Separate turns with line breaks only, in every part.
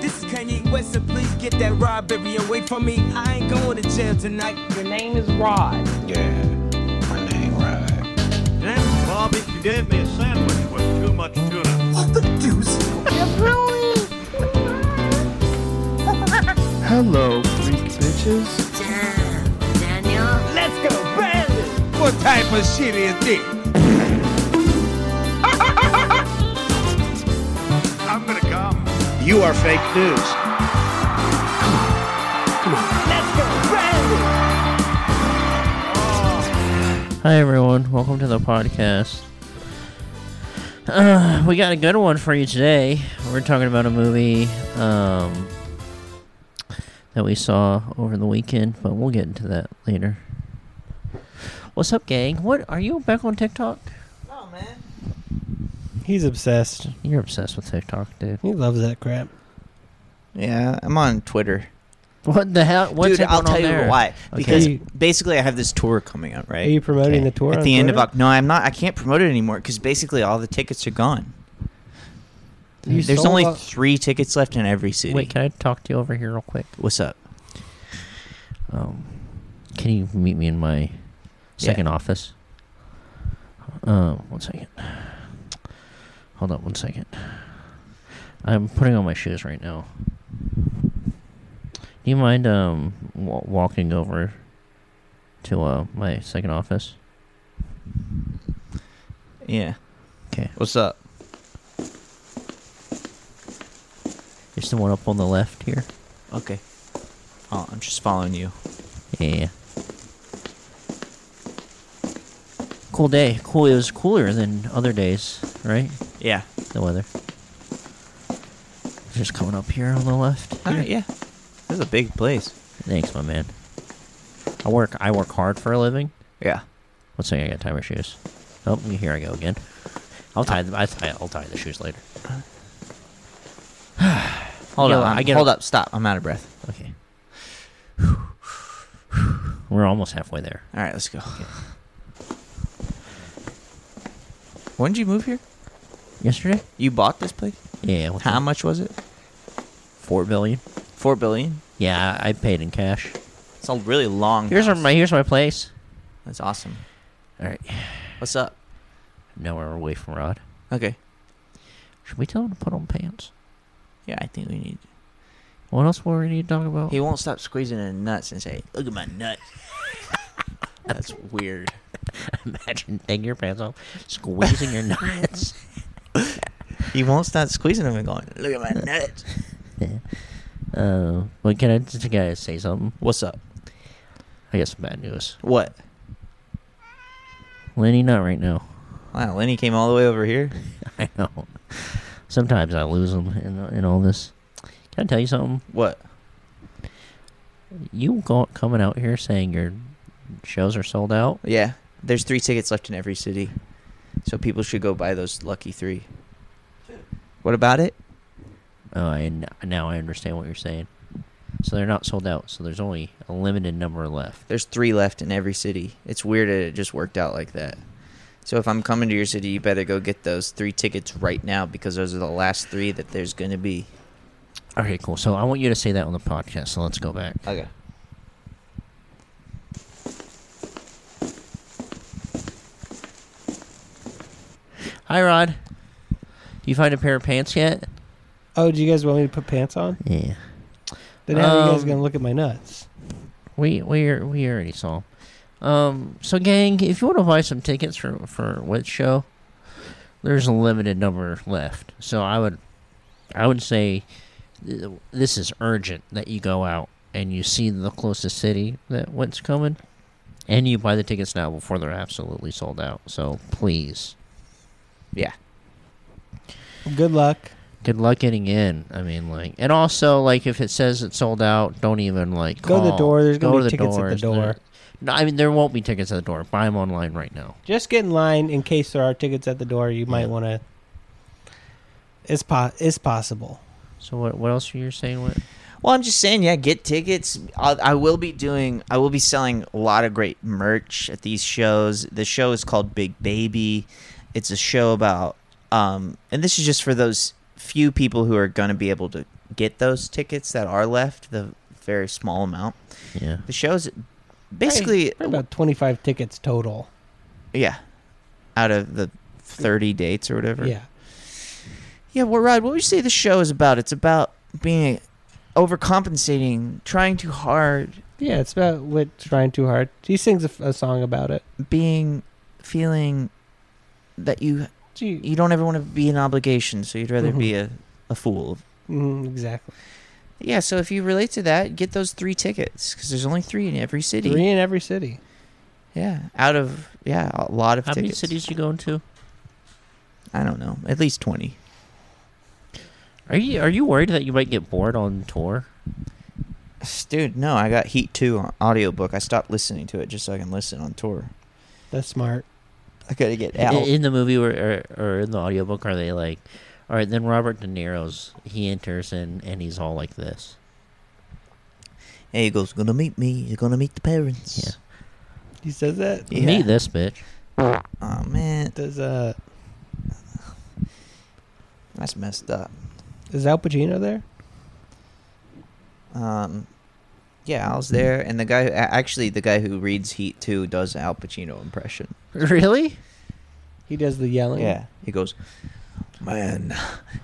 This is Kanye West, so please get that robbery away from me. I ain't going to jail tonight.
Your name is Rod.
Yeah, my name right.
Damn, Bob, if you gave me a sandwich with too much tuna.
Hello, freak bitches.
Let's go, Brandon! What type of shit is this?
I'm gonna come.
You are fake news.
Let's go, Brandon!
Hi everyone, welcome to the podcast. Uh, we got a good one for you today. We're talking about a movie um, that we saw over the weekend, but we'll get into that later. What's up, gang? What are you back on TikTok?
He's obsessed.
You're obsessed with TikTok, dude.
He loves that crap.
Yeah, I'm on Twitter.
What the hell? What's
Dude, I'll
going on
tell you
there?
why. Because
Okay.
basically, I have this tour coming up, right?
Are you promoting
Okay.
the tour
At
on
the end of
Twitter?
October. No, I'm not. I can't promote it anymore because basically all the tickets are gone.
You
There's
sold
only
out-
three tickets left in every city.
Wait, can I talk to you over here real quick?
What's up?
Um, can you meet me in my second office? Um, one second. Hold up, one second. I'm putting on my shoes right now. Do you mind um wa walking over to uh my second office?
Yeah.
Okay,
What's up?
there's the one up on the left here.
Okay. Oh, I'm just following you.
Yeah. Cool day. Cool. It was cooler than other days, right?
Yeah.
The weather. Just coming up here on the left.
All right, yeah. This is a big place.
Thanks, my man. I work. I work hard for a living.
Yeah.
Let's see. I got timer shoes. Oh, here I go again. I'll tie. The, I tie. I'll tie the shoes later.
Hold
Yeah,
on.
I
I
get
hold
it.
up. Stop. I'm out of breath.
Okay. We're almost halfway there.
All right, let's go. When did you move here?
Yesterday.
You bought this place?
Yeah. what's
How
that?
much was it?
Four billion.
Four billion.
Yeah, I I paid in cash.
It's a really long.
Here's our,
house.
my. Here's my place.
That's awesome.
All right.
What's up?
Now we're away from Rod.
Okay.
Should we tell him to put on pants?
Yeah, I think we need.
What else were we need to talk about?
He won't stop squeezing his nuts and say, "Look at my nuts." That's weird.
Imagine taking your pants off, squeezing your nuts.
He won't stop squeezing them and going, "Look at my nuts."
Uh, but can I just can I say something?
What's up?
I got some bad news.
What?
Lenny, not right now.
Wow, Lenny came all the way over here.
I know. Sometimes I lose them in, in all this. Can I tell you something?
What?
You go, coming out here saying your shows are sold out.
Yeah, there's three tickets left in every city, so people should go buy those lucky three. What about it?
Uh, and now I understand what you're saying. So they're not sold out. So there's only a limited number left.
There's three left in every city. It's weird that it just worked out like that. So if I'm coming to your city, you better go get those three tickets right now because those are the last three that there's going to be.
Okay, cool. So I want you to say that on the podcast. So let's go back.
Okay.
Hi, Rod. Do you find a pair of pants yet?
Oh, do you guys want me to put pants on?
Yeah.
Then how are you guys
Um,
gonna look at my nuts?
We we are- we already saw. 'em. Um. So, gang, if you want to buy some tickets for for what show, there's a limited number left. So I would, I would say, th- this is urgent that you go out and you see the closest city that what's coming, and you buy the tickets now before they're absolutely sold out. So please,
Yeah.
Good luck.
Good luck getting in. I mean, like, and also, like, if it says it's sold out, don't even like
Go to the
call.
door. There's gonna
Go
be
to
tickets at the
doors.
door.
There- No, I mean there won't be tickets at the door. Buy them online right now.
Just get in line in case there are tickets at the door. You might want to. It's po- It's possible.
So what? What else are you saying? What?
Well, I'm just saying, yeah, get tickets. I'll, I will be doing, I will be selling a lot of great merch at these shows. The show is called Big Baby. It's a show about, um, and this is just for those few people who are going to be able to get those tickets that are left, the very small amount.
Yeah.
The show's basically,
Probably about twenty-five tickets total.
yeah, out of the 30 dates or whatever.
Yeah.
Yeah, well, Rod, what would you say the show is about? It's about being overcompensating, trying too hard,
Yeah, it's about what trying too hard. He sings a, f- a song about it.
being feeling that you
Gee,
you don't ever want to be an obligation, so you'd rather be a, a fool.
mm, exactly.
Yeah, so if you relate to that, get those three tickets because there's only three in every city.
Three in every city.
Yeah, out of yeah, a lot of
How many
tickets.
cities you going to?
I don't know, at least twenty.
Are you Are you worried that you might get bored on tour?
Dude, no, I got Heat Two on audiobook. I stopped listening to it just so I can listen on tour.
That's smart.
I gotta get
I-
out.
In the movie or, or or in the audiobook, are they like? All right, then Robert De Niro's he enters and and he's all like this.
And he goes, "Gonna meet me. You're gonna meet the parents."
Yeah.
He says that.
Yeah.
Meet this bitch.
Oh man,
Does uh
that's messed up.
is Al Pacino there?
Um, yeah, Al's there, and the guy who, a- actually the guy who reads Heat Two does Al Pacino impression.
Really?
He does the yelling.
he goes, "Man,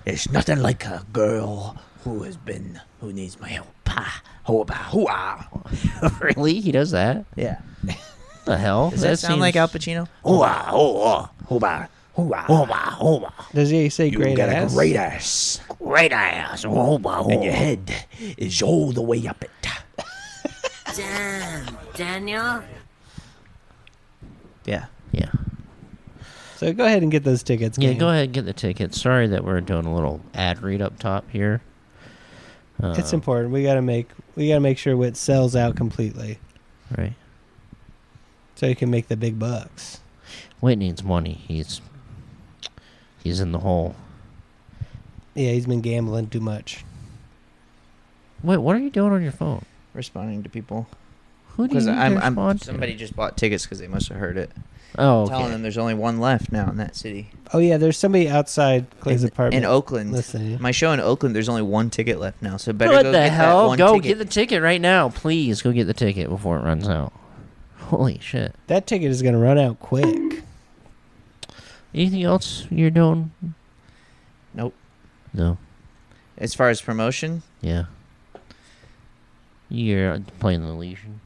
it's nothing like a girl who has been who needs my help." Pa, hoa, hoo
really? He does that?
Yeah,
What the hell?
does that, sound like Al
seems- Oh.
Pacino?
Hoo-ah, hoo-ah, hoo-ah, hoo-ah, hoo-ah, hoo-ah.
Does he say
You
great
got
ass?
a great ass. Great ass. Hoo-ah, And your head is all the way up it.
Damn, Daniel.
Yeah,
Yeah.
so go ahead and get those tickets.
Yeah,
gang.
go ahead and get the tickets. Sorry that we're doing a little ad read up top here. Uh,
It's important. We gotta make we gotta make sure it sells out completely
right.
so you can make the big bucks.
Whit needs money. He's he's in the hole.
Yeah, he's been gambling too much.
Wait, what are you doing on your phone?
responding to people
Who do
because
you
I'm, I'm
respond to?
somebody just bought tickets because they must have heard it.
Oh, okay.
Telling them there's only one left now in that city.
Oh yeah, there's somebody outside Clay's
in,
apartment.
in Oakland.
Listen.
My show in Oakland, there's only one ticket left now, so better
What
go
the
get that
hell?
one
Go
ticket.
get the ticket right now, please. Go get the ticket before it runs out. Holy shit!
That ticket is gonna run out quick.
Anything else you're doing?
Nope.
No.
As far as promotion,
Yeah. You're playing the Legion.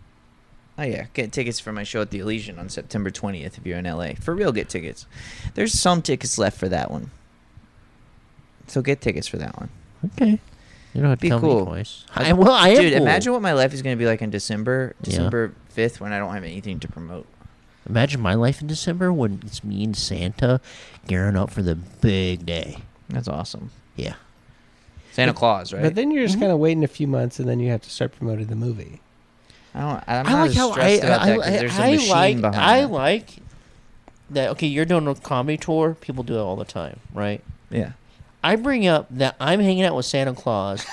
oh yeah, get tickets for my show at the Elysian on September 20th if you're in LA. For real, get tickets. There's some tickets left for that one, so get tickets for that one.
Okay. You don't have to
Be
tell
cool.
me twice. I, well, I am
Dude,
cool.
imagine what my life is gonna be like in December,
Yeah.
December 5th, when I don't have anything to promote.
Imagine my life in December when it's me and Santa gearing up for the big day.
That's awesome.
Yeah.
Santa Claus, right?
But then you're just
Mm-hmm.
kind of waiting a few months, and then you have to start promoting the movie.
I don't. I'm
i
not
like
as
how I,
stressed about
I,
that 'cause
I,
there's a
I
machine
like
behind.
I
that.
like that. Okay, you're doing a comedy tour. People do it all the time, right?
Yeah.
I bring up that I'm hanging out with Santa Claus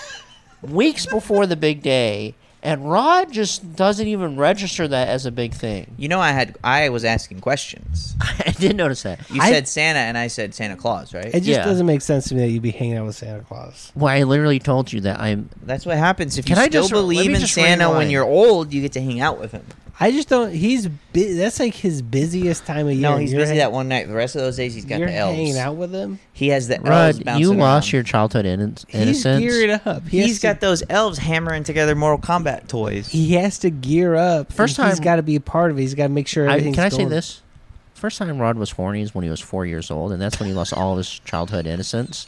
weeks before the big day, and Rod just doesn't even register that as a big thing.
You know, I had. I was asking questions.
I didn't notice that.
You
I-
said Santa, and I said Santa Claus, right?
It just
Yeah.
doesn't make sense to me that you'd be hanging out with Santa Claus.
Well, I literally told you that I'm
That's what happens if you
Can I
still
just- let
believe
me
in
just
Santa when
rewind.
you're old. You get to hang out with him.
I just don't. He's bu- that's like his busiest time of year.
No,
and
he's
you're
busy
hang-
that one night. The rest of those days, he's got
You're
the elves.
hanging out with him.
He has the elves
Rod.
bouncing.
You lost
around.
your childhood inno-
He's
innocence.
geared up. He
He's
has
got
to,
those elves hammering together Mortal Kombat toys.
He has to gear up. and
First
he's
time-
got to be a part of it. He's got to make sure.
I,
Everything's
can I say
going-
this? First time Rod was horny is when he was four years old, and that's when he lost all of his childhood innocence.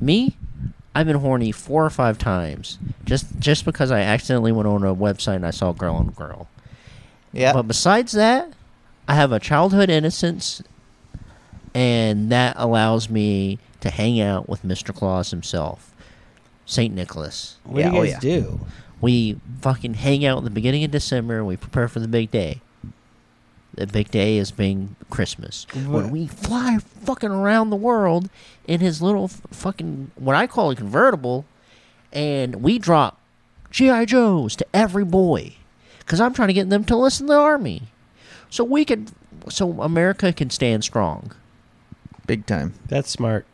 Me, I've been horny four or five times just just because I accidentally went on a website and I saw girl on girl. But
Yeah,
besides that, I have a childhood innocence, and that allows me to hang out with Mr. Claus himself, St. Nicholas.
What do you guys do?
We fucking hang out at the beginning of December and we prepare for the big day. The big day is being Christmas. When
What-
we fly fucking around the world in his little f- fucking, what I call a convertible, and we drop G.I. Joes to every boy. Because I'm trying to get them to listen to the army. So we could, so America can stand strong.
Big time.
That's smart.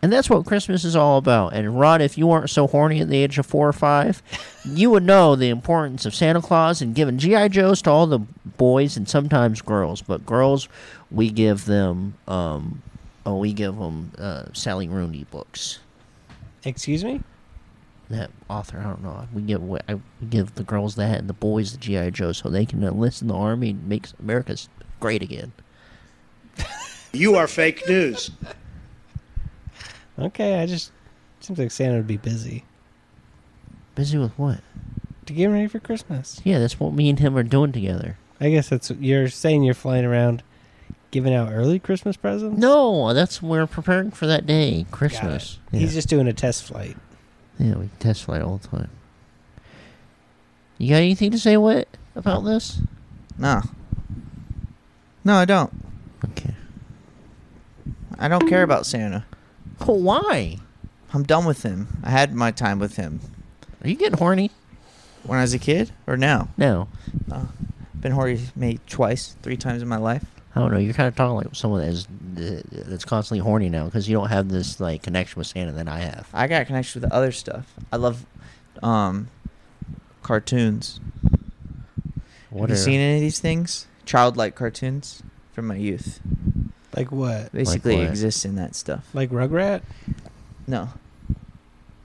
And that's what Christmas is all about. And Rod, if you weren't so horny at the age of four or five, you would know the importance of Santa Claus and giving GI Joes to all the boys and sometimes girls. But girls, we give them, um, oh, we give them uh, Sally Rooney books.
Excuse me?
That author, I don't know. We give we I- we give the girls that and the boys the GI Joe so they can enlist in the army and make America s- great again.
You are fake news.
Okay, I just seems like Santa would be busy.
Busy with what?
To get ready for Christmas.
Yeah, that's what me and him are doing together.
I guess that's what you're saying you're flying around giving out early Christmas presents?
No, that's we're preparing for that day, Christmas. Yeah.
He's just doing a test flight.
Yeah, we test flight all the time. You got anything to say, what about this?
No. No, I don't.
Okay.
I don't care about Santa.
why?
I'm done with him. I had my time with him.
Are you getting horny?
When I was a kid or now?
No.
No. Been horny maybe twice, three times in my life.
I don't know. You're kind of talking like someone that's that's constantly horny now because you don't have this like connection with Santa that I have.
I got a connection with the other stuff. I love um cartoons.
What
Have you
are-
seen any of these things? Childlike cartoons from my youth.
Like what?
Basically
what?
exist in that stuff.
Like Rugrat?
No.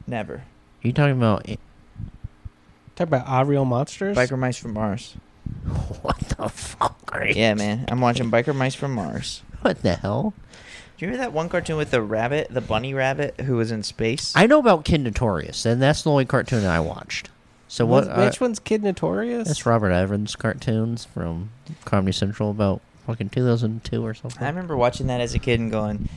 Never.
You talking about i-
Talk about Aerial Monsters?
Biker Mice from Mars.
what the fuck? Are you,
Yeah, man. I'm watching Biker Mice from Mars.
What the hell?
Do you remember that one cartoon with the rabbit, the bunny rabbit, who was in space?
I know about Kid Notorious, and that's the only cartoon I watched. So what? uh,
What's-
I-
which one's Kid Notorious?
That's Robert Evans cartoons from Comedy Central about fucking 2002 or something.
I remember watching that as a kid and going,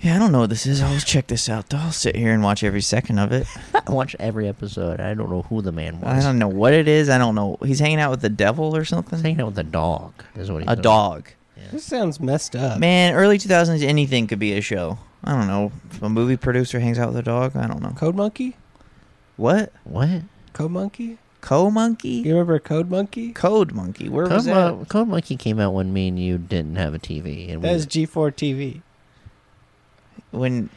"Yeah, I don't know what this is. I'll just check this out. though. I'll sit here and watch every second of it.
I watched every episode. I don't know who the man was.
I don't know what it is. I don't know. He's hanging out with the devil or something.
Hanging out with a dog is what he
a
does.
dog.
This sounds messed up.
Man, early 2000s, anything could be a show. I don't know. If a movie producer hangs out with a dog, I don't know.
Code Monkey?
What?
What?
Code Monkey?
Co monkey?
You remember Code Monkey?
Code monkey. Where
Code,
was that?
Mon- Code Monkey came out when me and you didn't have a TV. And
That
we,
was G4 TV.
When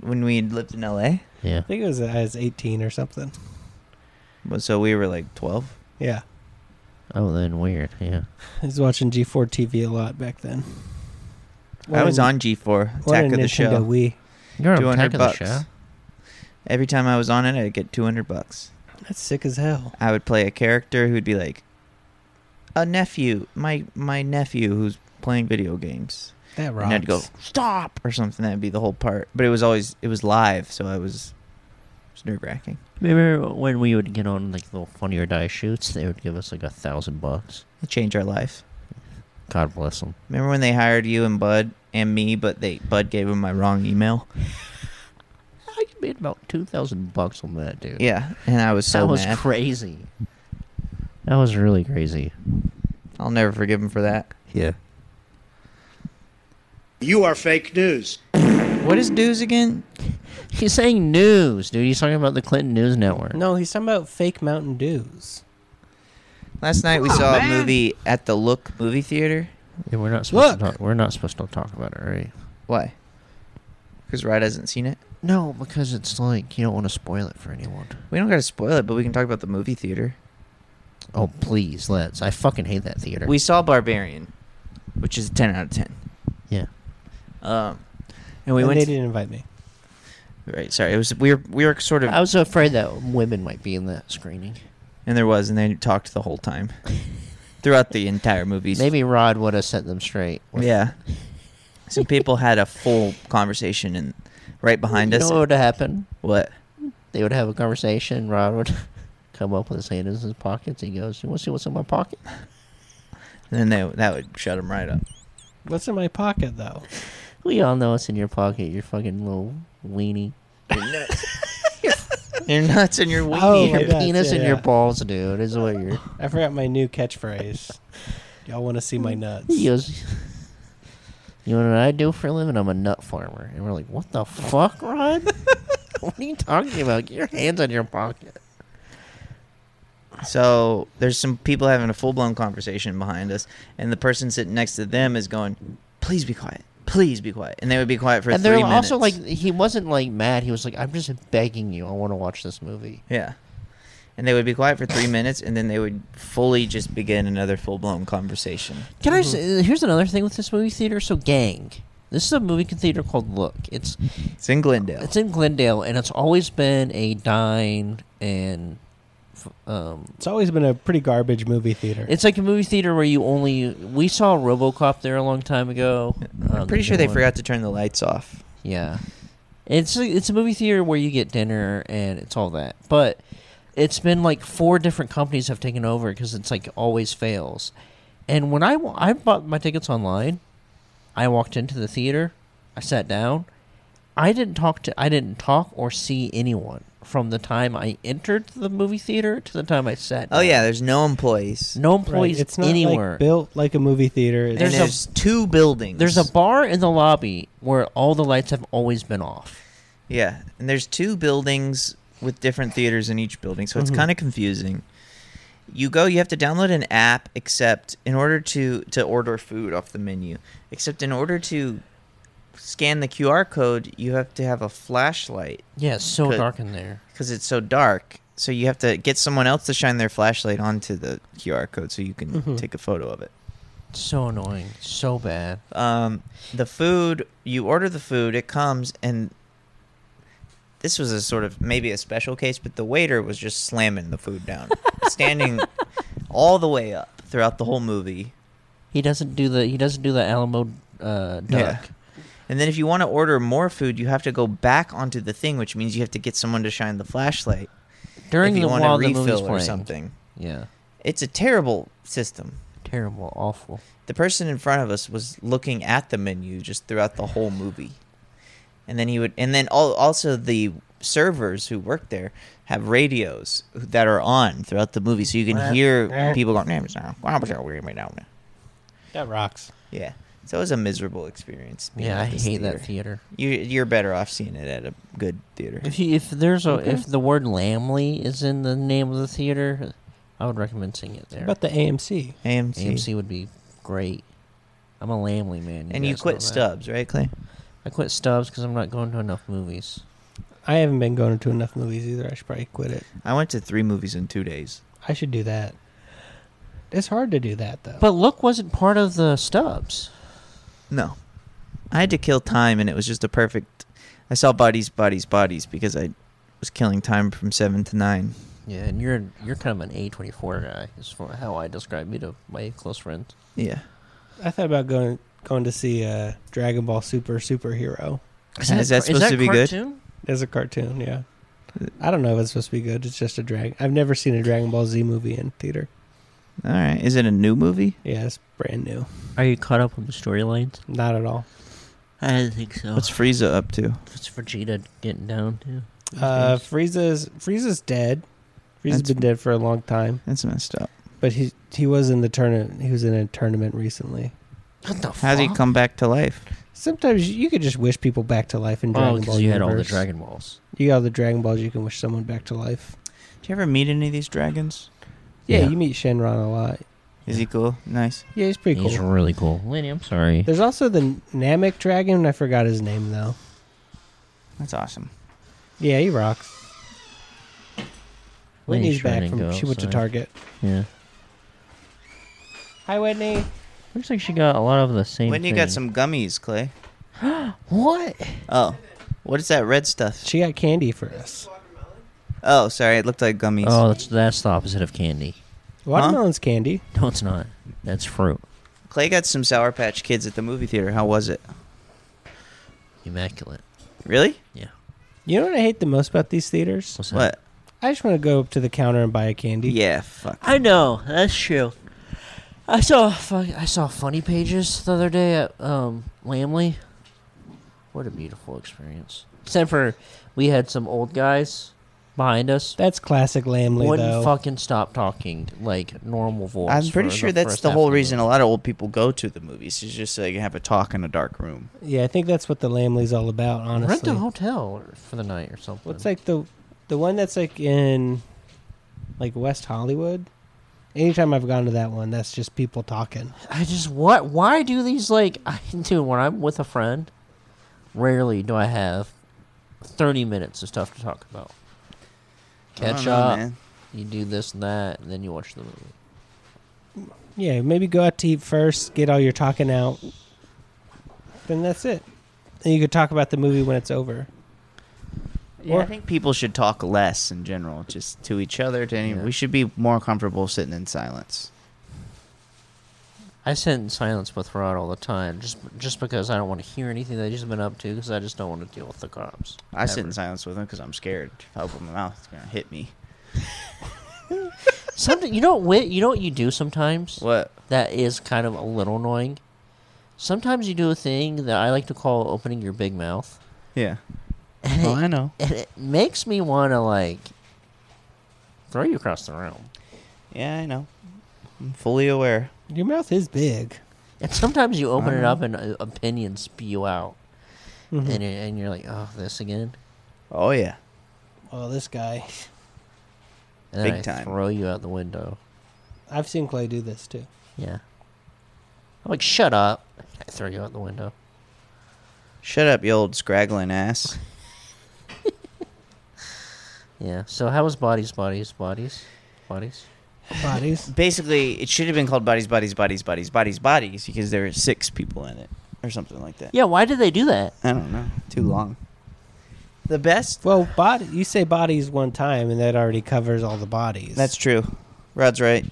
when we lived in LA.
yeah.
I think it was I was 18 or something.
Well, So we were like 12.
Yeah.
Oh, then weird. Yeah.
I was watching G4 TV a lot back then.
I was
What a-
on G4,
what a
Attack of the
Nintendo
Show.
Wii.
You're on
200
Attack of the
bucks.
Show.
Every time I was on it, I'd get 200 bucks.
That's sick as hell.
I would play a character who'd be like a nephew, my my nephew who's playing video games.
That
And
rocks.
I'd go stop or something. That'd be the whole part. But it was always it was live, so I was, it was nerve wracking.
Remember when we would get on like little Funny or Die shoots? They would give us like a thousand bucks.
It changed our life.
God bless them.
Remember when they hired you and Bud and me, but they Bud gave him my wrong email.
I made about two thousand bucks on that, dude.
Yeah, and I was so
that was
mad.
crazy. That was really crazy.
I'll never forgive him for that.
Yeah.
You are fake news.
What is dues again?
He's saying news, dude. He's talking about the Clinton News Network.
No, he's talking about fake Mountain Dews.
Last night we saw a movie at the Look movie theater.
Yeah, we're not supposed to
Look.
talk, we're not supposed to talk about it, right?
Why? Because Rod hasn't seen it.
No, because it's like you don't want to spoil it for anyone.
We don't gotta spoil it, but we can talk about the movie theater.
Oh, please, let's. I fucking hate that theater.
We saw Barbarian, which is a ten out of ten.
yeah.
Um, and we
and
went.
they
to-
didn't invite me.
right, sorry. It was we were we were sort of,
I was afraid that women might be in that screening.
and there was, and they talked the whole time, throughout the entire movie.
Maybe Rod would have set them straight. with-
Yeah. Some people had a full conversation and right behind
You
us.
know what would have happened?
what?
They would have a conversation. Rod would come up with his hand in his pockets. He goes, "You want to see what's in my pocket?"
And then they that would shut them right up.
What's in my pocket, though?
We all know it's in your pocket, your fucking little weenie. Your nuts.
your nuts and your weenie.
Oh, my
your
nuts,
penis
yeah,
and
yeah.
your balls, dude, is what you're.
I forgot my new catchphrase. Y'all want to see my nuts?
He goes, You know what I do for a living? I'm a nut farmer. And we're like, What the fuck, Rod? what are you talking about? Get your hands on your pocket.
So there's some people having a full blown conversation behind us, and the person sitting next to them is going, "Please be quiet. Please be quiet." And they would be quiet for
and they're
three minutes.
also like, He wasn't like mad. He was like, I'm just begging you. I want to watch this movie.
Yeah. And they would be quiet for three minutes, and then they would fully just begin another full blown conversation.
Can I? s- uh, Here's another thing with this movie theater. So, Gang. This is a movie theater called Look. It's
It's in Glendale.
it's in Glendale, and it's always been a dine and f- um,
It's always been a pretty garbage movie theater.
It's like a movie theater where you only we saw RoboCop there a long time ago. Um,
I'm pretty sure they forgot to turn the lights off.
Yeah, it's a, it's a movie theater where you get dinner and it's all that, but it's been like four different companies have taken over because it's like always fails. And when I wa- I bought my tickets online, I walked into the theater, I sat down, I didn't talk to I didn't talk or see anyone from the time I entered the movie theater to the time I sat.
Oh
down.
yeah, there's no employees.
no
Right,
employees
It's not
anywhere.
like built like a movie theater. It's
And
There's
there's,
a-
two buildings.
There's a bar in the lobby where all the lights have always been off.
yeah, and there's two buildings with different theaters in each building, so it's
Mhm.
kind of confusing. You go, you have to download an app. Except in order to to order food off the menu, except in order to scan the QR code, you have to have a flashlight
Yeah, it's so
Could-
dark in there.
because it's so dark. So you have to get someone else to shine their flashlight onto the QR code so you can
Mm-hmm.
Mhm.
take a photo of it.
It's so annoying. So bad.
um, the food you order the food it comes and this was a sort of maybe a special case but the waiter was just slamming the food down standing all the way up throughout the whole movie
He doesn't do the he doesn't do the Alamo uh, duck.
Yeah. and then if you want to order more food you have to go back onto the thing which means you have to get someone to shine the flashlight
During
if you
the
want
while
to
the
refill
movie's
or
playing.
something
Yeah.
it's a terrible system
Terrible, awful.
the person in front of us was looking at the menu just throughout the whole movie and then he would and then all, also the servers who work there have radios that are on throughout the movie so you can hear people going names now
that rocks.
yeah so it was a miserable experience being
Yeah,
at
I
this
hate that theater.
you, you're better off seeing it at a good theater
If you, if there's a if the word Lamley is in the name of the theater, I would recommend seeing it there.
What about the AMC?
AMC,
AMC would be great. I'm a Lamley man.
and you
guys know
quit
that.
Stubbs right Clay
I quit Stubbs because I'm not going to enough movies.
I haven't been going to enough movies either. I should probably quit it.
I went to three movies in two days
I should do that. It's hard to do that though.
But look wasn't part of the Stubbs.
No. I had to kill time and it was just a perfect I saw bodies, bodies, bodies because I was killing time from seven to nine.
Yeah, and you're you're kind of an A twenty four guy, is for how I describe you to my close friends.
Yeah.
I thought about going going to see uh, Dragon Ball Super Superhero.
Is that, supposed to be good?
There's a cartoon, yeah. I don't know if it's supposed to be good. It's just a drag. I've never seen a Dragon Ball Z movie in theater.
All right. Is it a new movie?
Yeah, it's brand new.
Are you caught up on the storylines?
Not at all.
I don't think so.
What's
What's,
Frieza up to?
what's Vegeta getting down to?
Uh, Frieza's Frieza's dead. Frieza's
That's-
been dead for a long time,
That's messed up.
but he he was in the tournament. He was in a tournament recently.
What the
How's he
fuck?
come back to life?
Sometimes you could just wish people back to life in
Oh,
Dragon Ball.
because you had all the
universe.
Dragon Balls.
You got all the Dragon Balls. You can wish someone back to life.
Did you ever meet any of these dragons?
Yeah,
Yeah.
you meet Shenron a lot.
Is he cool? Nice.
Yeah, he's pretty cool.
He's really cool, Lenny. I'm sorry.
There's also the Namek Dragon. I forgot his name though.
That's awesome.
Yeah, he rocks.
Whitney's
Whitney's back
trying to
from
go
she went to
outside.
Target.
Yeah,
Hi, Whitney.
looks like she got a lot of the same.
Whitney got some gummies, Clay.
what?
Oh. What is that red stuff?
She got candy for us.
Oh, sorry. It looked like gummies.
Oh, that's that's the opposite of candy.
Watermelon's candy.
No, it's not. That's fruit.
Clay got some Sour Patch Kids at the movie theater. How was it?
Immaculate.
Really?
Yeah.
You know what I hate the most about these theaters?
What's that?
What?
I just want to go up to the counter and buy a candy.
Yeah, fuck.
I know that's true. I saw fuck- I saw funny pages the other day at um, Lamley, What a beautiful experience. Except for we had some old guys behind us.
That's classic Lamley,
Wouldn't
though.
fucking stop talking like normal voice.
I'm pretty
for
sure that's
first
the
half
whole
of
reason a lot of old people go to the movies is just so they can have a talk in a dark room.
Yeah, I think that's what the Lamley's all about. Honestly,
Rent a hotel or- for the night or something.
What's like the the one that's like in like West Hollywood? Anytime I've gone to that one, that's just people talking.
I just what? Why do these like? I do when I'm with a friend. Rarely do I have thirty minutes of stuff to talk about.
don't
Catch
know,
up.
man.
You do this and that, and then you watch the movie.
Yeah, maybe go out to eat first, get all your talking out. Then that's it. And you could talk about the movie when it's over.
Yeah, I think people should talk less in general, just to each other. To any, we should be more comfortable sitting in silence.
I sit in silence with Rod all the time, just just because I don't want to hear anything that he's been up to, because I just don't want to deal with the cops.
I sit
ever.
in silence with them because I'm scared. If I open my mouth, it's gonna hit me.
Something you know what you know what you do sometimes.
What
that is kind of a little annoying. Sometimes you do a thing that I like to call opening your big mouth.
Yeah.
And
Oh,
it,
I know.
And it makes me want to like throw you across the room.
Yeah, I know. I'm fully aware.
Your mouth is big.
And sometimes you open
I
it
know.
up and uh, opinions spew out,
Mm-hmm.
Mhm.
and it, and you're like, oh, this again.
Oh yeah.
Oh, this guy.
And then
Big
I
time.
throw you out the window.
I've seen Clay do this too.
Yeah. I'm like, shut up. I throw you out the window.
Shut up, you old scraggling ass.
Yeah. So how was bodies, bodies, bodies, bodies?
Bodies.
Basically, it should have been called bodies, bodies, bodies, bodies, bodies, bodies because there were six people in it or something like that.
Yeah. Why did they do that?
I don't know. Too long. The best.
Well, body. You say bodies one time, and that already covers all the bodies.
That's true. Rod's right.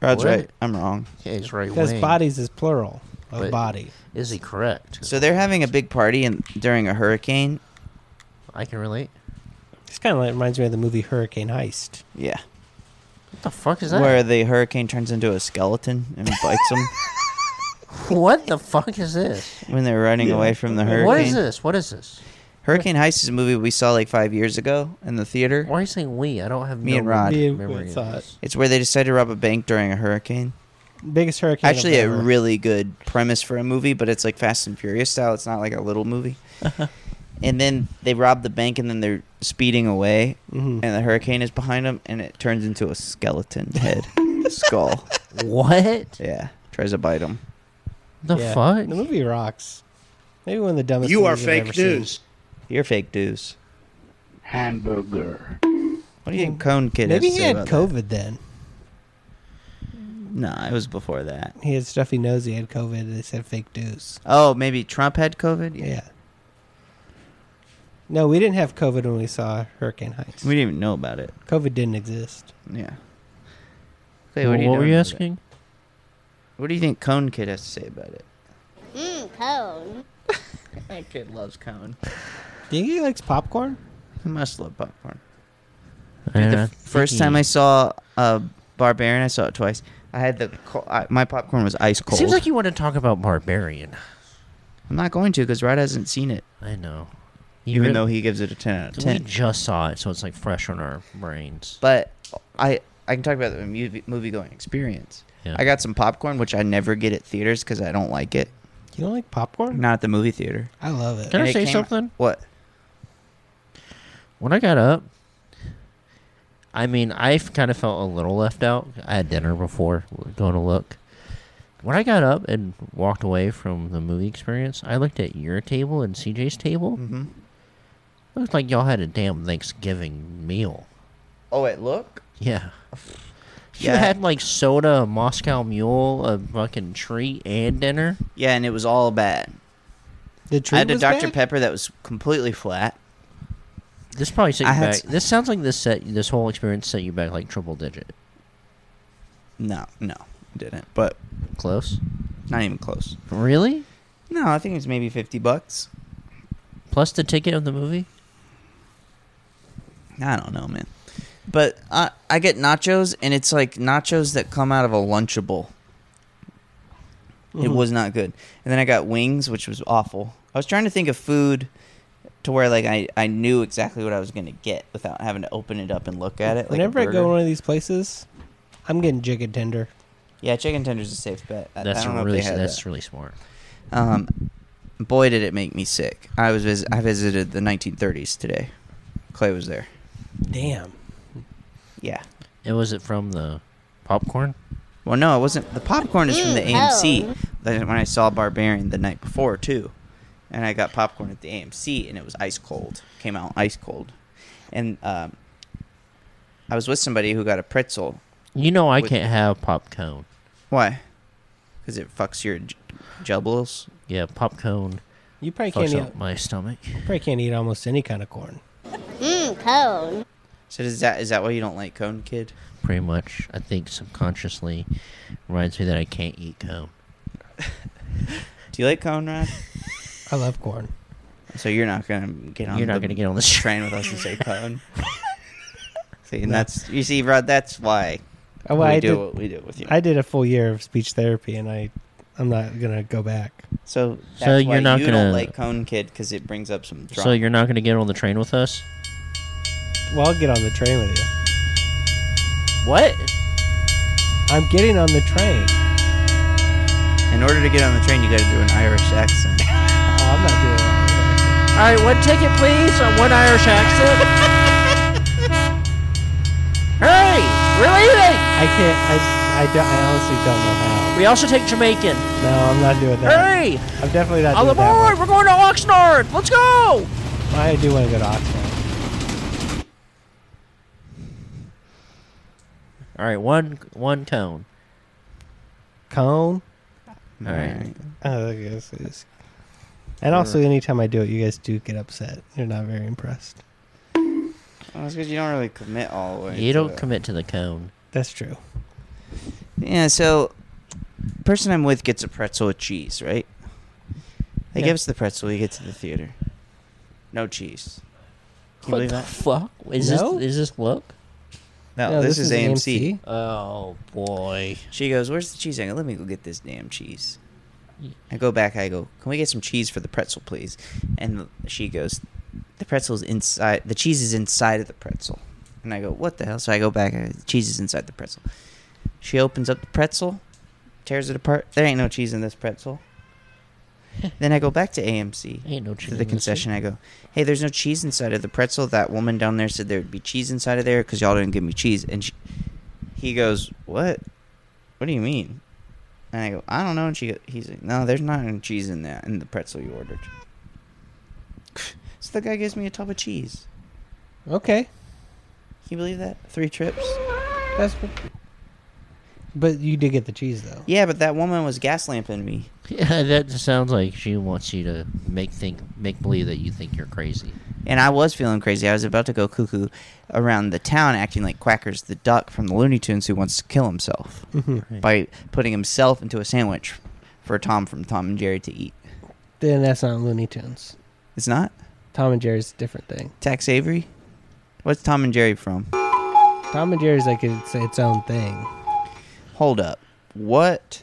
Rod's
What?
right. I'm wrong.
Yeah, he's right
because
wing.
bodies is plural of
But-
body.
Is he correct?
So they're having a big party and during a hurricane.
I can relate.
This kind of like reminds me of the movie Hurricane Heist.
Yeah.
What the fuck is that?
Where the hurricane turns into a skeleton and bites them
What the fuck is this?
when they're running away from the hurricane.
What is this? What is this?
Hurricane Heist is a movie we saw like five years ago in the theater.
Why are you saying we? I don't have
Me
no
and Rod.
Me and
memory of
Rod.
this.
It's where they decided to rob a bank during a hurricane.
Biggest hurricane. of
Actually, a
ever.
really good premise for a movie, but it's like Fast and Furious style. It's not like a little movie. and then they rob the bank, and then they're speeding away,
Mhm.
and the hurricane is behind them, and it turns into a skeleton head skull.
What
Yeah, tries to bite them.
the
Yeah.
fuck?
The movie rocks. Maybe one of the dumbest.
You are
movies I've ever
fake
seen.
news.
You're fake dudes.
Hamburger.
What do you think Cone Kid
Maybe
has
he
to say
had
about
COVID then.
that? Nah, it was before that.
He had stuffy nose. He had COVID. and They said fake news.
Oh, maybe Trump had COVID.
Yeah. No, we didn't have COVID when we saw Hurricane Heights.
we didn't even know about it.
COVID didn't exist.
Wha-
Yeah. Okay,
what
are
were
doing
you
about it?
asking?
What do you think Cone Kid has to say about it?
Mmm, cone.
That kid loves cone.
Do you think he likes popcorn?
He must love popcorn.
I
the
don't
f- first
think
time
he-
I saw uh, Barbarian, I saw it twice. I had the co- I, my popcorn was ice cold.
Seems like you want to talk about barbarian.
I'm not going to because Rod hasn't seen it,
I know.
even though he gives it a ten out of
we
ten.
just saw it, so it's like fresh on our brains.
But I I can talk about the movie, movie going experience.
Yeah.
I got some popcorn, which I never get at theaters because I don't like it.
You don't like popcorn?
Not at the movie theater.
I love it.
Can I
And it
say
came-
something?
What?
When I got up, I mean, I kind of felt a little left out. I had dinner before going to look. When I got up and walked away from the movie experience, I looked at your table and CJ's table.
hmm
Looks like y'all had a damn Thanksgiving meal.
Oh wait, look.
Yeah. You
Yeah.
had like soda, a Moscow Mule, a fucking treat, and dinner.
Yeah, and it was all bad.
The
I
tree
had a
was
Dr
back?
Pepper that was completely flat.
This probably set you
I had
back.
s-
This sounds like this set this whole experience set you back like triple digit.
No, no, didn't. But
Close.
not even close.
Really?
No, I think it was maybe fifty bucks.
Plus the ticket of the movie?
I don't know, man. But I I get nachos and it's like nachos that come out of a
Mm-hmm.
lunchable. It was not good. And then I got wings, which was awful. I was trying to think of food to where like I, I knew exactly what I was gonna get without having to open it up and look at it. Like
Whenever I go to
on,
one of these places, I'm getting chicken tender.
yeah, chicken tenders a safe bet. I- I
That's
don't know if they
really-
had
that's
that.
really smart.
Um, boy, did it make me sick. I was vis- I visited the 1930s today. Clay was there.
Damn.
Yeah.
And was it from the popcorn?
Well, no, it wasn't. The popcorn is from the
Mm,
AMC.
hell.
Like, When I saw Barbarian the night before too, and I got popcorn at the AMC, and it was ice cold. Came out ice cold, and um, I was with somebody who got a pretzel.
You know I
With-
can't have pop cone.
Why? Because it fucks your j- jubbles.
Yeah, pop cone
You probably can't
fucks
eat.
up my stomach.
You probably can't eat almost any kind of corn.
Mmm, cone.
So is that is that why you don't like cone, kid?
Pretty much, I think subconsciously reminds me that I can't eat cone.
Do you like cone, Rod?
I love corn.
So you're not gonna get on.
You're not
the
gonna get on this
train with us and say cone. see, and that's you see, Rod. That's why
Oh, well,
we
I
do
did-
what we do with you.
I did a full year of speech therapy, and I, I'm not gonna go back.
So that's
So you're
why
not
you
gonna-
don't like Cone Kid because it brings up some drama.
So you're not going to get on the train with us?
Well, I'll get on the train with you.
What?
I'm getting on the train.
In order to get on the train, you got to do an Irish accent.
Oh, I'm not doing that.
All right, one ticket, please, on one Irish accent. hey, we're
I can't. I, I, don't, I honestly don't know
leaving. We also take Jamaican.
how. No, I'm not doing that.
Hey,
I'm definitely not
all
doing
aboard!
that.
We're going to Oxnard. Let's go.
One. I do want to go to Oxford.
All right, one one cone.
Cone.
All right.
Oh, I guess it is. And also, anytime I do it, you guys do get upset. You're not very impressed.
Well, it's because you don't really commit all the way.
You
to
don't
it.
commit to the cone.
That's true.
Yeah. So, person I'm with gets a pretzel with cheese, right? They
Yeah.
give us the pretzel. We get to the theater. No cheese. Can you
what
believe
the
that?
fuck? Is
No?
this is this look?
No,
No,
this, is, AMC.
Oh boy.
She goes, "Where's the cheese?" I go, "Let me go get this damn cheese." I go back. I go, "Can we get some cheese for the pretzel, please?" And she goes, "The pretzel's inside. The cheese is inside of the pretzel." And I go, "What the hell?" So I go back. I, the cheese is inside the pretzel. She opens up the pretzel, tears it apart. There ain't no cheese in this pretzel. then I go back to AMC
Ain't no cheese
to
in
the
this
concession. I go, "Hey, there's no cheese inside of the pretzel. That woman down there said there would be cheese inside of there because y'all didn't give me cheese." And she, he goes, "What? What do you mean?" And I go, "I don't know." And she, go- he's like, "No, there's not any cheese in that in the pretzel you ordered." so the guy gives me a tub of cheese.
Okay.
Can you believe that? Three trips.
That's. But you did get the cheese though.
Yeah, but that woman was gas lamping me.
Yeah, that just sounds like she wants you to make think make believe that you think you're crazy.
And I was feeling crazy. I was about to go cuckoo around the town, acting like Quackers the duck from the Looney Tunes who wants to kill himself by putting himself into a sandwich for Tom from Tom and Jerry to eat.
Then that's not Looney Tunes.
It's not
Tom and Jerry's a different thing.
Tax Avery. What's Tom and Jerry from?
Tom and Jerry's like it's its own thing.
Hold up. What?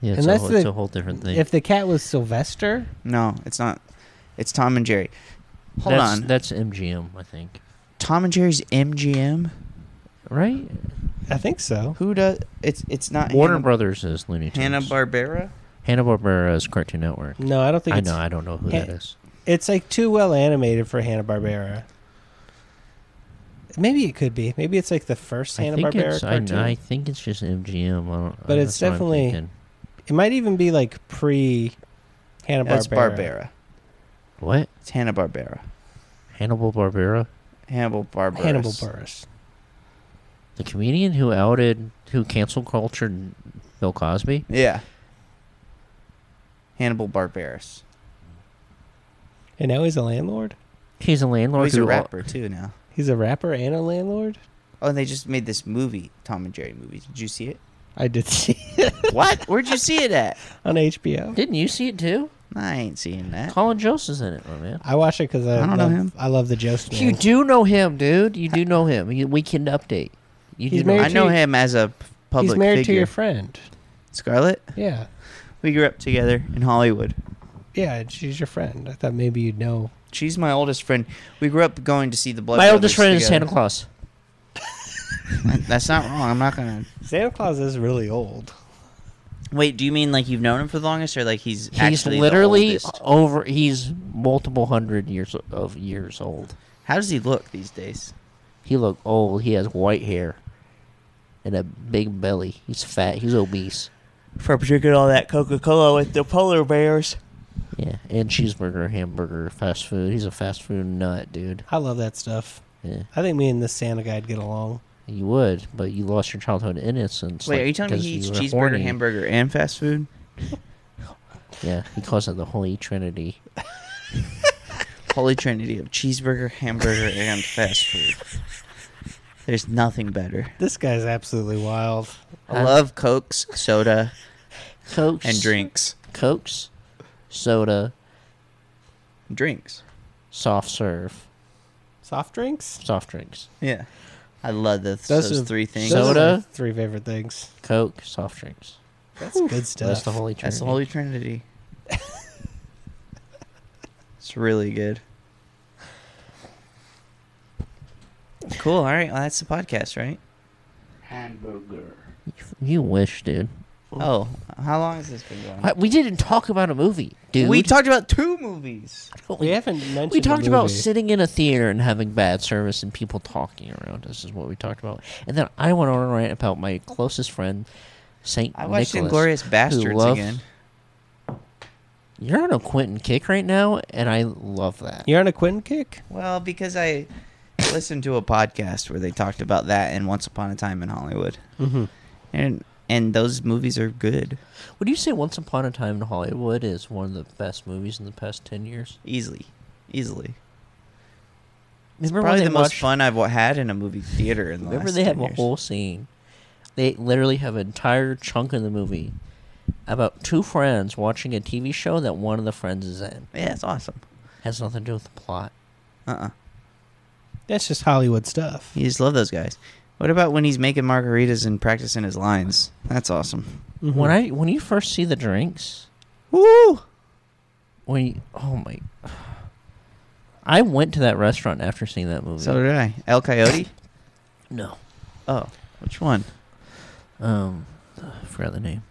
Yeah, it's, a
Unless
whole, it's
the-
a whole different thing.
If the cat was Sylvester,
No, it's not. It's Tom and Jerry. Hold
that's,
on.
That's MGM, I think.
Tom and Jerry's MGM.
Right?
I think so.
Who does? It's it's not
Warner Brothers is Looney Tunes.
Hanna Barbera.
Hanna Barbera is Cartoon Network.
No, I don't think
I
it's.
know. I don't know who that is.
It's like too well animated for Hanna Barbera. Maybe it could be. Maybe it's like the first
I
Hanna
think
Barbera
it's. I,
cartoon.
I think it's just MGM. I don't,
But it's
that's what I'm
definitely-
thinking.
It might even be like pre Hanna
That's
Barbera.
Barbera.
what
It's Hanna Barbera.
Hannibal Barbera,
Hannibal Barbera.
Hannibal Burris.
the comedian who outed who cancel cultured Bill Cosby.
Yeah. Hannibal Barbarus.
And now he's a landlord.
He's a landlord.
Oh, he's a
who-
rapper too now.
He's a rapper and a landlord.
Oh, and they just made this movie, Tom and Jerry movie. Did you see it?
I did see it
What? Where'd you see it at?
on HBO.
Didn't you see it too?
I ain't seeing that.
Colin Jost is in it, my man.
I watched it because I,
I don't know
love,
him.
I love the Jost man.
You do know him, dude. You do know him. You- Weekend Update. You
He's
do know
married
I
him.
know him as a p- public
He's married
figure.
to your friend.
Scarlett.
Yeah.
We grew up together in Hollywood.
Yeah, she's your friend. I thought maybe you'd know.
She's my oldest friend. We grew up going to see the Blood
My oldest
Brothers
friend is
together.
Santa Claus.
That's not wrong. I'm not gonna.
Santa Claus is really old.
Wait, do you mean like you've known him for the longest, or like he's
He's
actually the
literally
oldest?
over. He's multiple hundred years o- of years old.
How does he look these days?
He look old. He has white hair and a big belly. He's fat. He's obese.
From drinking all that Coca Cola with the polar bears.
Yeah, and cheeseburger, hamburger, fast food. He's a fast food nut, dude.
I love that stuff.
Yeah.
I think me and this Santa guy'd get along.
You would, but you lost your childhood innocence.
Wait,
like,
are you telling me
'cause
he eats
were
cheeseburger,
horny.
hamburger, and fast food?
Yeah, he calls it the Holy Trinity.
Holy Trinity of cheeseburger, hamburger, and fast food. There's nothing better.
This guy's absolutely wild.
I love cokes, soda,
Cokes
and drinks.
Cokes, soda,
Drinks.
soft serve,
Soft drinks?
soft drinks,
Yeah, I love those,
Those
those,
are-
three things.
Those are
Soda?
my three favorite things.
Coke, soft drinks.
That's good stuff.
That's the Holy Trinity.
That's the Holy Trinity. it's really good. Cool. All right. Well, that's the podcast, right?
Hamburger.
you wish, dude.
Oh, how long has this been going?
I- We didn't talk about a movie, dude.
We talked about two movies.
we haven't mentioned.
We
a
talked about
movie.
sitting in a theater and having bad service and people talking around us is what we talked about. And then I went on a rant about my closest friend, Saint
I
Nicholas,
watched Inglorious
who
Bastards
loves-
again.
You're on a Quentin kick right now, and I love that.
You're on a Quentin kick.
Well, because I listened to a podcast where they talked about that and Once Upon a Time in Hollywood,
Mm-hmm.
and and those movies are good
Would you say Once Upon a Time in Hollywood is one of the best movies in the past ten years?
easily, easily.
Remember when
Probably
they
the most
watched-
fun I've wa- had in a movie theater in the
Remember
last
they
10
have a
years.
whole scene. They literally have an entire chunk of the movie about two friends watching a TV show that one of the friends is in.
Yeah, it's awesome.
Has nothing to do with the plot.
Uh uh
That's just Hollywood stuff.
You just love those guys. What about when he's making margaritas and practicing his lines? That's awesome.
Mm-hmm. When I when you first see the drinks,
Mm-hmm. Woo!
when you, oh my, I went to that restaurant after seeing that movie.
So did I. El Coyote?
no,
oh, which one?
um, I forgot the name.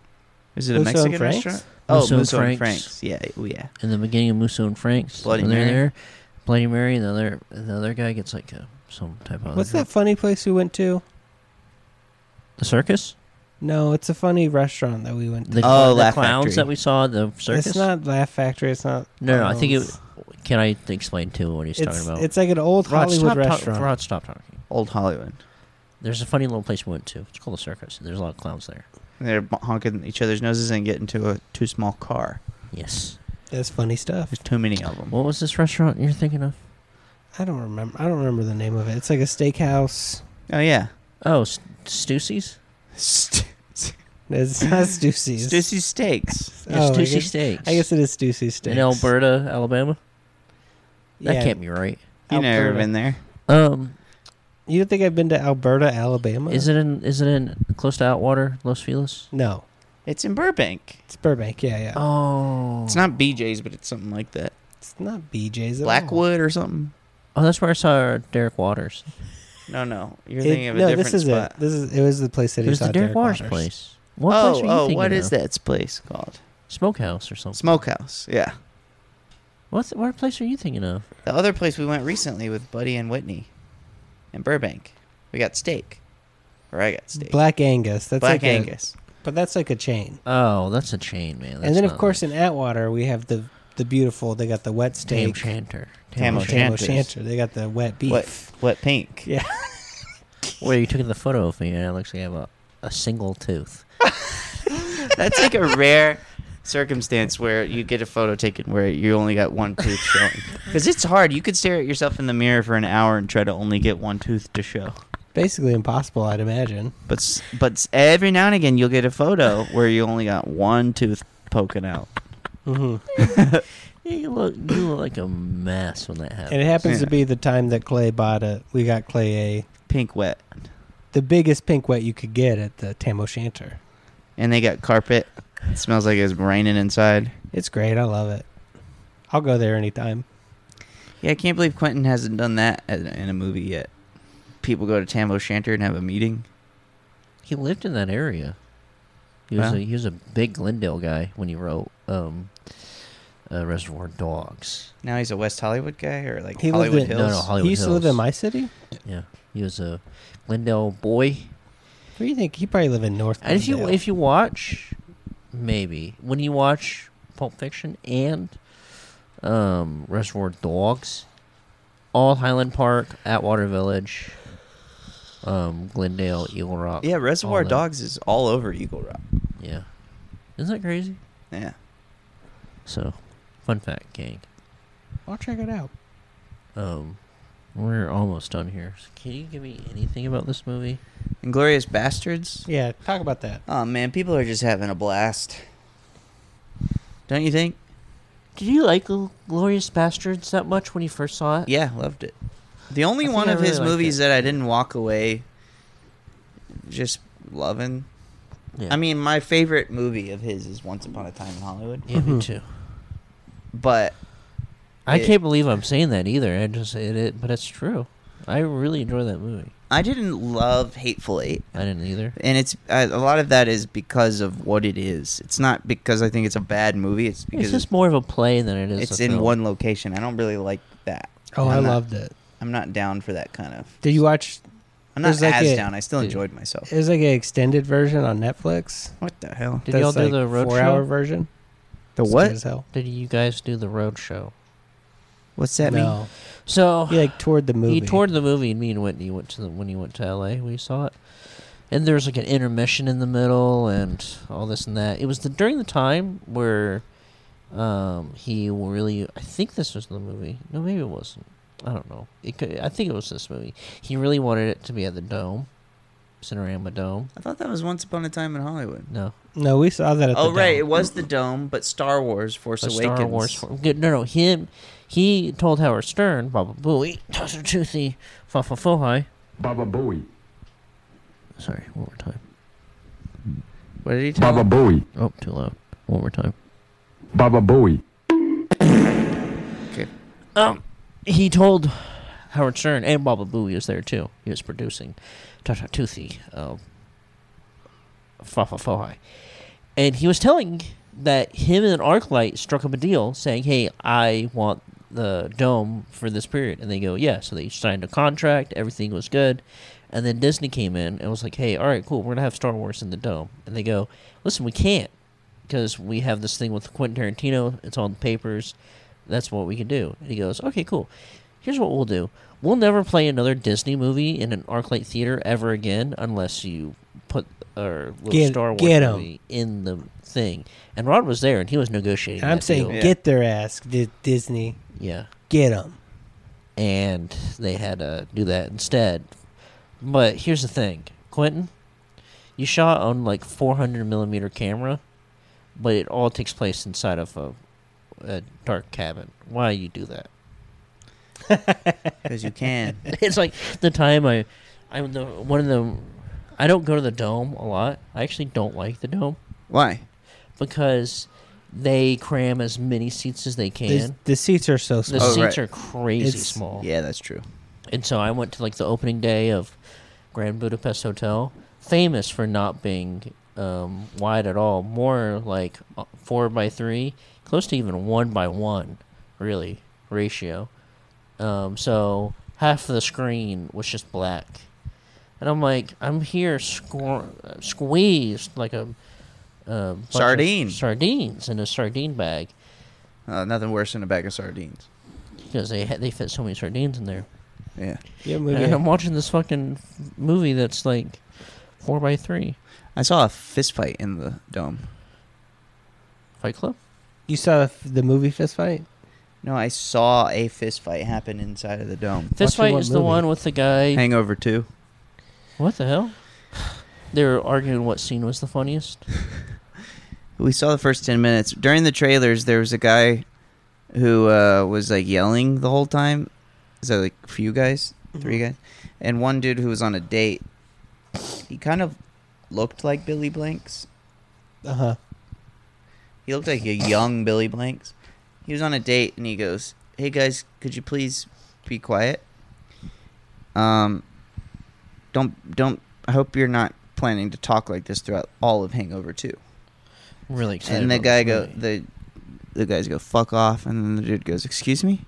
Is it a
Musso and
Mexican
Frank's?
restaurant? Oh,
Musso and
Musso and
Frank's.
Frank's. Yeah, oh, yeah.
In the beginning of Musso and Frank's,
Bloody
when they're
Mary?
there, Bloody Mary, and the other the other guy gets like a, some type of
What's that funny place we went to?
the circus.
No, it's a funny restaurant that we went to.
The,
Oh,
the
Laugh
clowns
Factory.
that we saw at the circus.
It's not Laugh Factory. It's not.
no, no, I think it.
Clowns.
Can I explain too what he's
It's,
talking about?
it's like an old
Rod,
Hollywood
stop ta-
restaurant.
Rod, stop talking.
Old Hollywood.
There's a funny little place we went to. It's called the circus. and There's a lot of clowns there.
They're b- honking each other's noses and getting into a too small car.
Yes.
That's funny stuff.
There's too many of them.
What was this restaurant you're thinking of?
I don't remember. I don't remember the name of it. It's like a steakhouse.
Oh, yeah.
Oh, S- Stussy's?
St-
It's not Stussey's.
Stussy Steaks.
Oh, I
It's Stussy
guess-
Steaks.
I guess it is Stussey's Steaks.
In Alberta, Alabama? That
Yeah.
can't be right.
You never
Alberta.
been there.
Um,
You don't think I've been to Alberta, Alabama?
is it in is it in close to Outwater, Los Feliz?
No,
It's in Burbank.
it's Burbank. Yeah, yeah.
Oh.
It's not BJ's, but it's something like that.
It's not BJ's. At all.
Blackwood or something?
Oh, that's where I saw Derek Waters.
No, no. You're
It-
thinking of a
no,
different
this is
spot.
it. This is it. Was the place that
It was
he saw
the Derek, Waters, place. What
oh,
place are you
oh,
thinking
what
of?
is that place called?
Smokehouse or something.
Smokehouse. Yeah.
What's what place are you thinking of?
The other place we went recently with Buddy and Whitney in Burbank, we got steak. Or I got steak.
Black Angus. That's
Black
like a-
Angus.
but that's like a chain.
Oh, that's a chain, man. That's
and then of
not
course
like
in Atwater we have the the beautiful. They got the wet
Tam
steak.
Chanter.
Tam
Tam
O'Shanter's.
O'Shanter. They got the wet beef.
What, what pink?
Yeah.
Where you took the photo of me and I actually have a, a single tooth.
That's like a rare circumstance where you get a photo taken where you only got one tooth showing. Because it's hard. You could stare at yourself in the mirror for an hour and try to only get one tooth to show.
Basically impossible, I'd imagine.
But s- but s- every now and again you'll get a photo where you only got one tooth poking out.
Mm-hmm.
Yeah, you look you look like a mess when that happens.
And it happens to
Yeah.
be the time that Clay bought it. We got Clay a
Pink wet.
the biggest pink wet you could get at the Tam O'Shanter.
And they got carpet. It smells like it's raining inside.
It's great. I love it. I'll go there anytime.
Yeah, I can't believe Quentin hasn't done that at- in a movie yet. People go to Tam O'Shanter and have a meeting.
He lived in that area. He was
Wow.
a, he was a big Glendale guy when he wrote um, uh, Reservoir Dogs.
Now he's a West Hollywood guy or like
He lived
Hollywood
in-
Hills?
No, no, Hollywood
he used to live
Hills.
in my city.
Yeah, he was a Glendale boy.
What do you think? He probably live in North.
And if you
Glendale.
if you watch, maybe when you watch Pulp Fiction and um, Reservoir Dogs, all Highland Park, Atwater Village, um, Glendale, Eagle Rock.
Yeah, Reservoir
all that.
Dogs is all over Eagle Rock.
Yeah, isn't that crazy?
Yeah.
So, fun fact, gang.
I'll check it out.
Um, we're almost done here. Can you give me anything about this movie?
Inglorious Bastards?
Yeah, talk about that.
Oh man, people are just having a blast. Don't you think?
Did you like Glorious Bastards that much when you first saw it?
Yeah, loved it. The only
I think
one
I
of his
really liked
movies that I didn't walk away just loving.
Yeah.
I mean, my favorite movie of his is Once Upon a Time in Hollywood.
Yeah, me too.
But
I
it-
can't believe I'm saying that either. I just it, it but it's true. I really enjoy that movie.
I didn't love Hateful Eight.
I didn't either.
And it's uh, a lot of that is because of what it is. It's not because I think it's a bad movie. It's because
It's just more of a play than it is.
it's
a
in
film.
one location. I don't really like that.
Oh, I
not-
loved it.
I'm not down for that kind of.
Did you watch?
I'm not
there's like
as
a-
down. I still enjoyed myself.
There's like an extended version on Netflix.
What the hell?
Did
That's
y'all do
like
the road
four
show?
hour version?
The
It's good
what?
as hell.
Did you guys do the road show?
What's that mean?
no.
So
He like toured the movie.
He toured the movie, and me and Whitney went to the when he went to L.A. We saw it, and there was like an intermission in the middle, and all this and that. It was the during the time where um, he really. I think this was the movie. No, maybe it wasn't. I don't know. It could, I think it was this movie. He really wanted it to be at the Dome, Cinerama Dome.
I thought that was Once Upon a Time in Hollywood.
No,
No, we saw that at the
Oh right,
Dome.
it was the dome, but Star Wars Force
a
Awakens.
Star Wars. for- good- No, no, him. He told Howard Stern, Baba Booey, Tosser Toothy, Fa Fa Fohi.
Baba Booey.
Sorry, one more time.
What did he tell?
Baba
him?
Booey.
Oh, too loud. One more time.
Baba Booey.
Okay.
Um, he told Howard Stern and Baba Booey was there too. He was producing Tata Toothy, um, Fa Fa Fohi. And he was telling that him and Arclight struck up a deal saying, hey, I want the dome for this period. And they go, yeah. So they signed a contract. Everything was good. And then Disney came in and was like, hey, all right, cool. We're going to have Star Wars in the dome. And they go, listen, we can't because we have this thing with Quentin Tarantino. It's on the papers. That's what we can do. And he goes, okay, cool. Here's what we'll do. We'll never play another Disney movie in an ArcLight theater ever again unless you put or little
Get-
Star Wars
get 'em.
movie in the thing. And Rod was there, and he was negotiating.
And I'm
that
saying
deal.
get their ass, Di- Disney.
yeah,
Get them.
and they had to do that instead. But here's the thing, Quentin, you shot on like 400 millimeter camera, but it all takes place inside of a, a dark cabin. Why you do that?
Because you can.
it's like the time I, I'm the one of the, I don't go to the dome a lot. I actually don't like the dome
Why?
because they cram as many seats as they can.
The, the seats are so small.
The
Oh,
seats
right.
are crazy
It's-
small.
Yeah, that's true.
And so I went to like the opening day of Grand Budapest Hotel, famous for not being um, wide at all, more like uh, four by three, close to even one by one, really ratio. Um, so half of the screen was just black, and I'm like, I'm here squir- squeezed like a, a bunch of
Sardine.
sardines in a sardine bag
Uh, nothing worse than a bag of sardines.
because they ha- they fit so many sardines in there.
Yeah.
Yeah,
And I'm
movie.
watching this fucking f- movie that's like four by three.
I saw a fist fight in the dome.
Fight Club.
You saw f- the movie fist fight?
No, I saw a fist fight happen inside of the dome.
Fist
Watching
Fight
what
is the
movie?
one with the guy.
Hangover two.
What the hell? They were arguing what scene was the funniest.
We saw the first ten minutes. During the trailers, there was a guy who uh, was like yelling the whole time. Is that like few guys, three guys, and one dude who was on a date. He kind of looked like Billy Blanks.
Uh huh.
He looked like a young Billy Blanks, He was on a date and he goes, "Hey guys, could you please be quiet? Um, don't don't. I hope you're not planning to talk like this throughout all of Hangover 2."
Really excited.
and the
about
guy
this
go
movie.
the the guys go fuck off, and then the dude goes, "Excuse me,"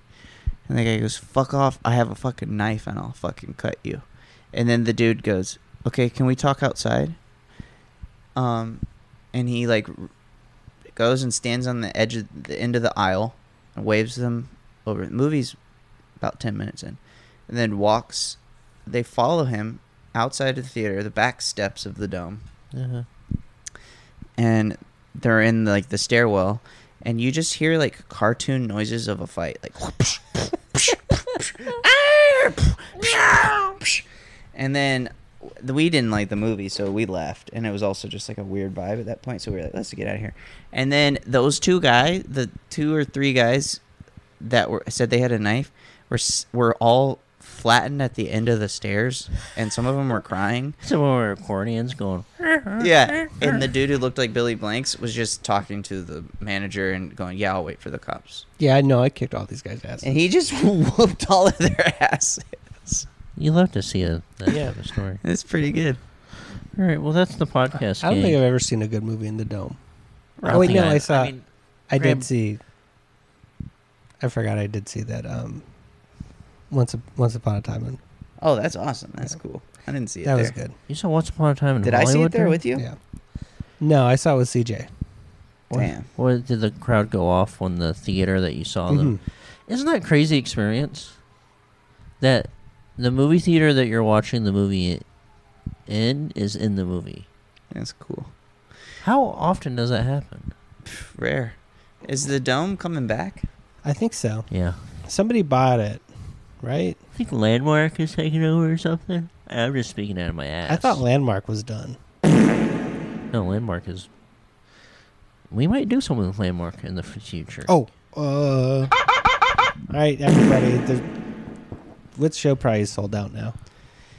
and the guy goes, "Fuck off! I have a fucking knife, and I'll fucking cut you." And then the dude goes, "Okay, can we talk outside?" Um, and he like r- goes and stands on the edge of the end of the aisle and waves them over. The movie's about ten minutes in, and then walks. They follow him outside of the theater, the back steps of the dome
Uh-huh.
and they're in like the stairwell and you just hear like cartoon noises of a fight like and then w- we didn't like the movie so we left and it was also just like a weird vibe at that point so we were like let's get out of here and then those two guy the two or three guys that were said they had a knife were s- were all flattened at the end of the stairs and some of them were crying
Some of our accordions going.
yeah, and the dude who looked like Billy Blanks was just talking to the manager and going, "Yeah, I'll wait for the cops."
Yeah, I know. I kicked all these guys' ass.
And he just whooped all of their asses.
You love to see a that
Yeah.
type of story.
It's pretty good.
All right. Well, that's the podcast.
I don't think
gang.
I've ever seen a good movie in the dome.
I
oh
don't
wait,
think
no,
I-
I saw.
I
I,
mean, Graham-
did see. I forgot I did see that. Um, once a, once upon a time, in-
Oh, that's awesome. That's cool. I didn't see it.
that
there.
was good.
You saw Once Upon a Time in
Did I
Hollywood.
see it there
dude?
with you?
Yeah. No, I saw it with CJ.
Damn.
Or did the crowd go off when the theater that you
Mm-hmm.
saw them?
Mm-hmm.
Isn't that a crazy experience? That the movie theater that you're watching the movie in is in the movie.
That's cool.
How often does that happen?
Rare. Is the dome coming back?
I think so.
Yeah.
Somebody bought it, right?
I think Landmark is taking over or something. I'm just speaking out of my ass.
I thought Landmark was done.
no Landmark is. We might do something with Landmark in the f- future.
Oh, uh. All right, everybody. The what show probably is sold out now.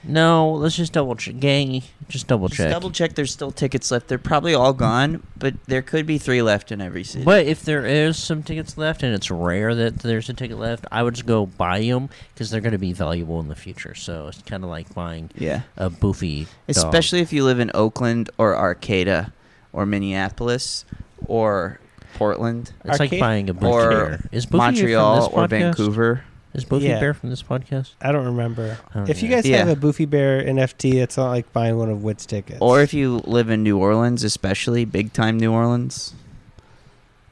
no! Let's just double check, gang. Just double
Just
check.
double check. There's still tickets left. They're probably all gone, but there could be three left in every city.
But if there is some tickets left, and it's rare that there's a ticket left, I would just go buy them because they're going to be valuable in the future. So it's kind of like buying
Yeah.
a boofy, dog.
especially if you live in Oakland or Arcata or Minneapolis or Portland.
It's like
Arcade-
buying a boofy
or
bear. Is boofy from
Montreal
this
or
podcast?
Vancouver.
Is boofy
Yeah.
bear from this podcast?
I don't remember.
Oh,
if you
yeah.
guys
Yeah.
have a Boofy Bear NFT, it's not like buying one of Wit's tickets.
Or if you live in New Orleans, especially big time New Orleans,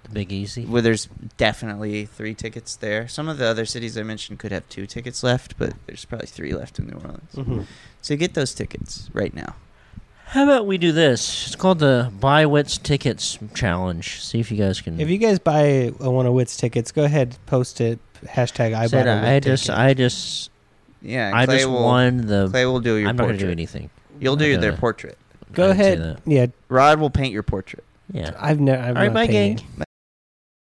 The Big Easy.
where there's definitely three tickets there. Some of the other cities I mentioned could have two tickets left, but there's probably three left in New
Mm.
Orleans.
Mhm.
So get those tickets right now.
How about we do this? It's called the Buy Wits Tickets Challenge. See if you guys can.
If you guys buy a, one of Wit's tickets, go ahead, post it. Hashtag I
Said
bought a Wit
I just,
ticket.
I just,
Yeah, and
I
Clay
just
will-
won the.
Clay will do your
I'm not
portrait.
going to do anything.
You'll do
I'm
their
gonna-
portrait.
go
I didn't say
ahead. Yeah,
Rod will paint your portrait.
Yeah.
I've never. I've
All right, bye, gang.
Bye.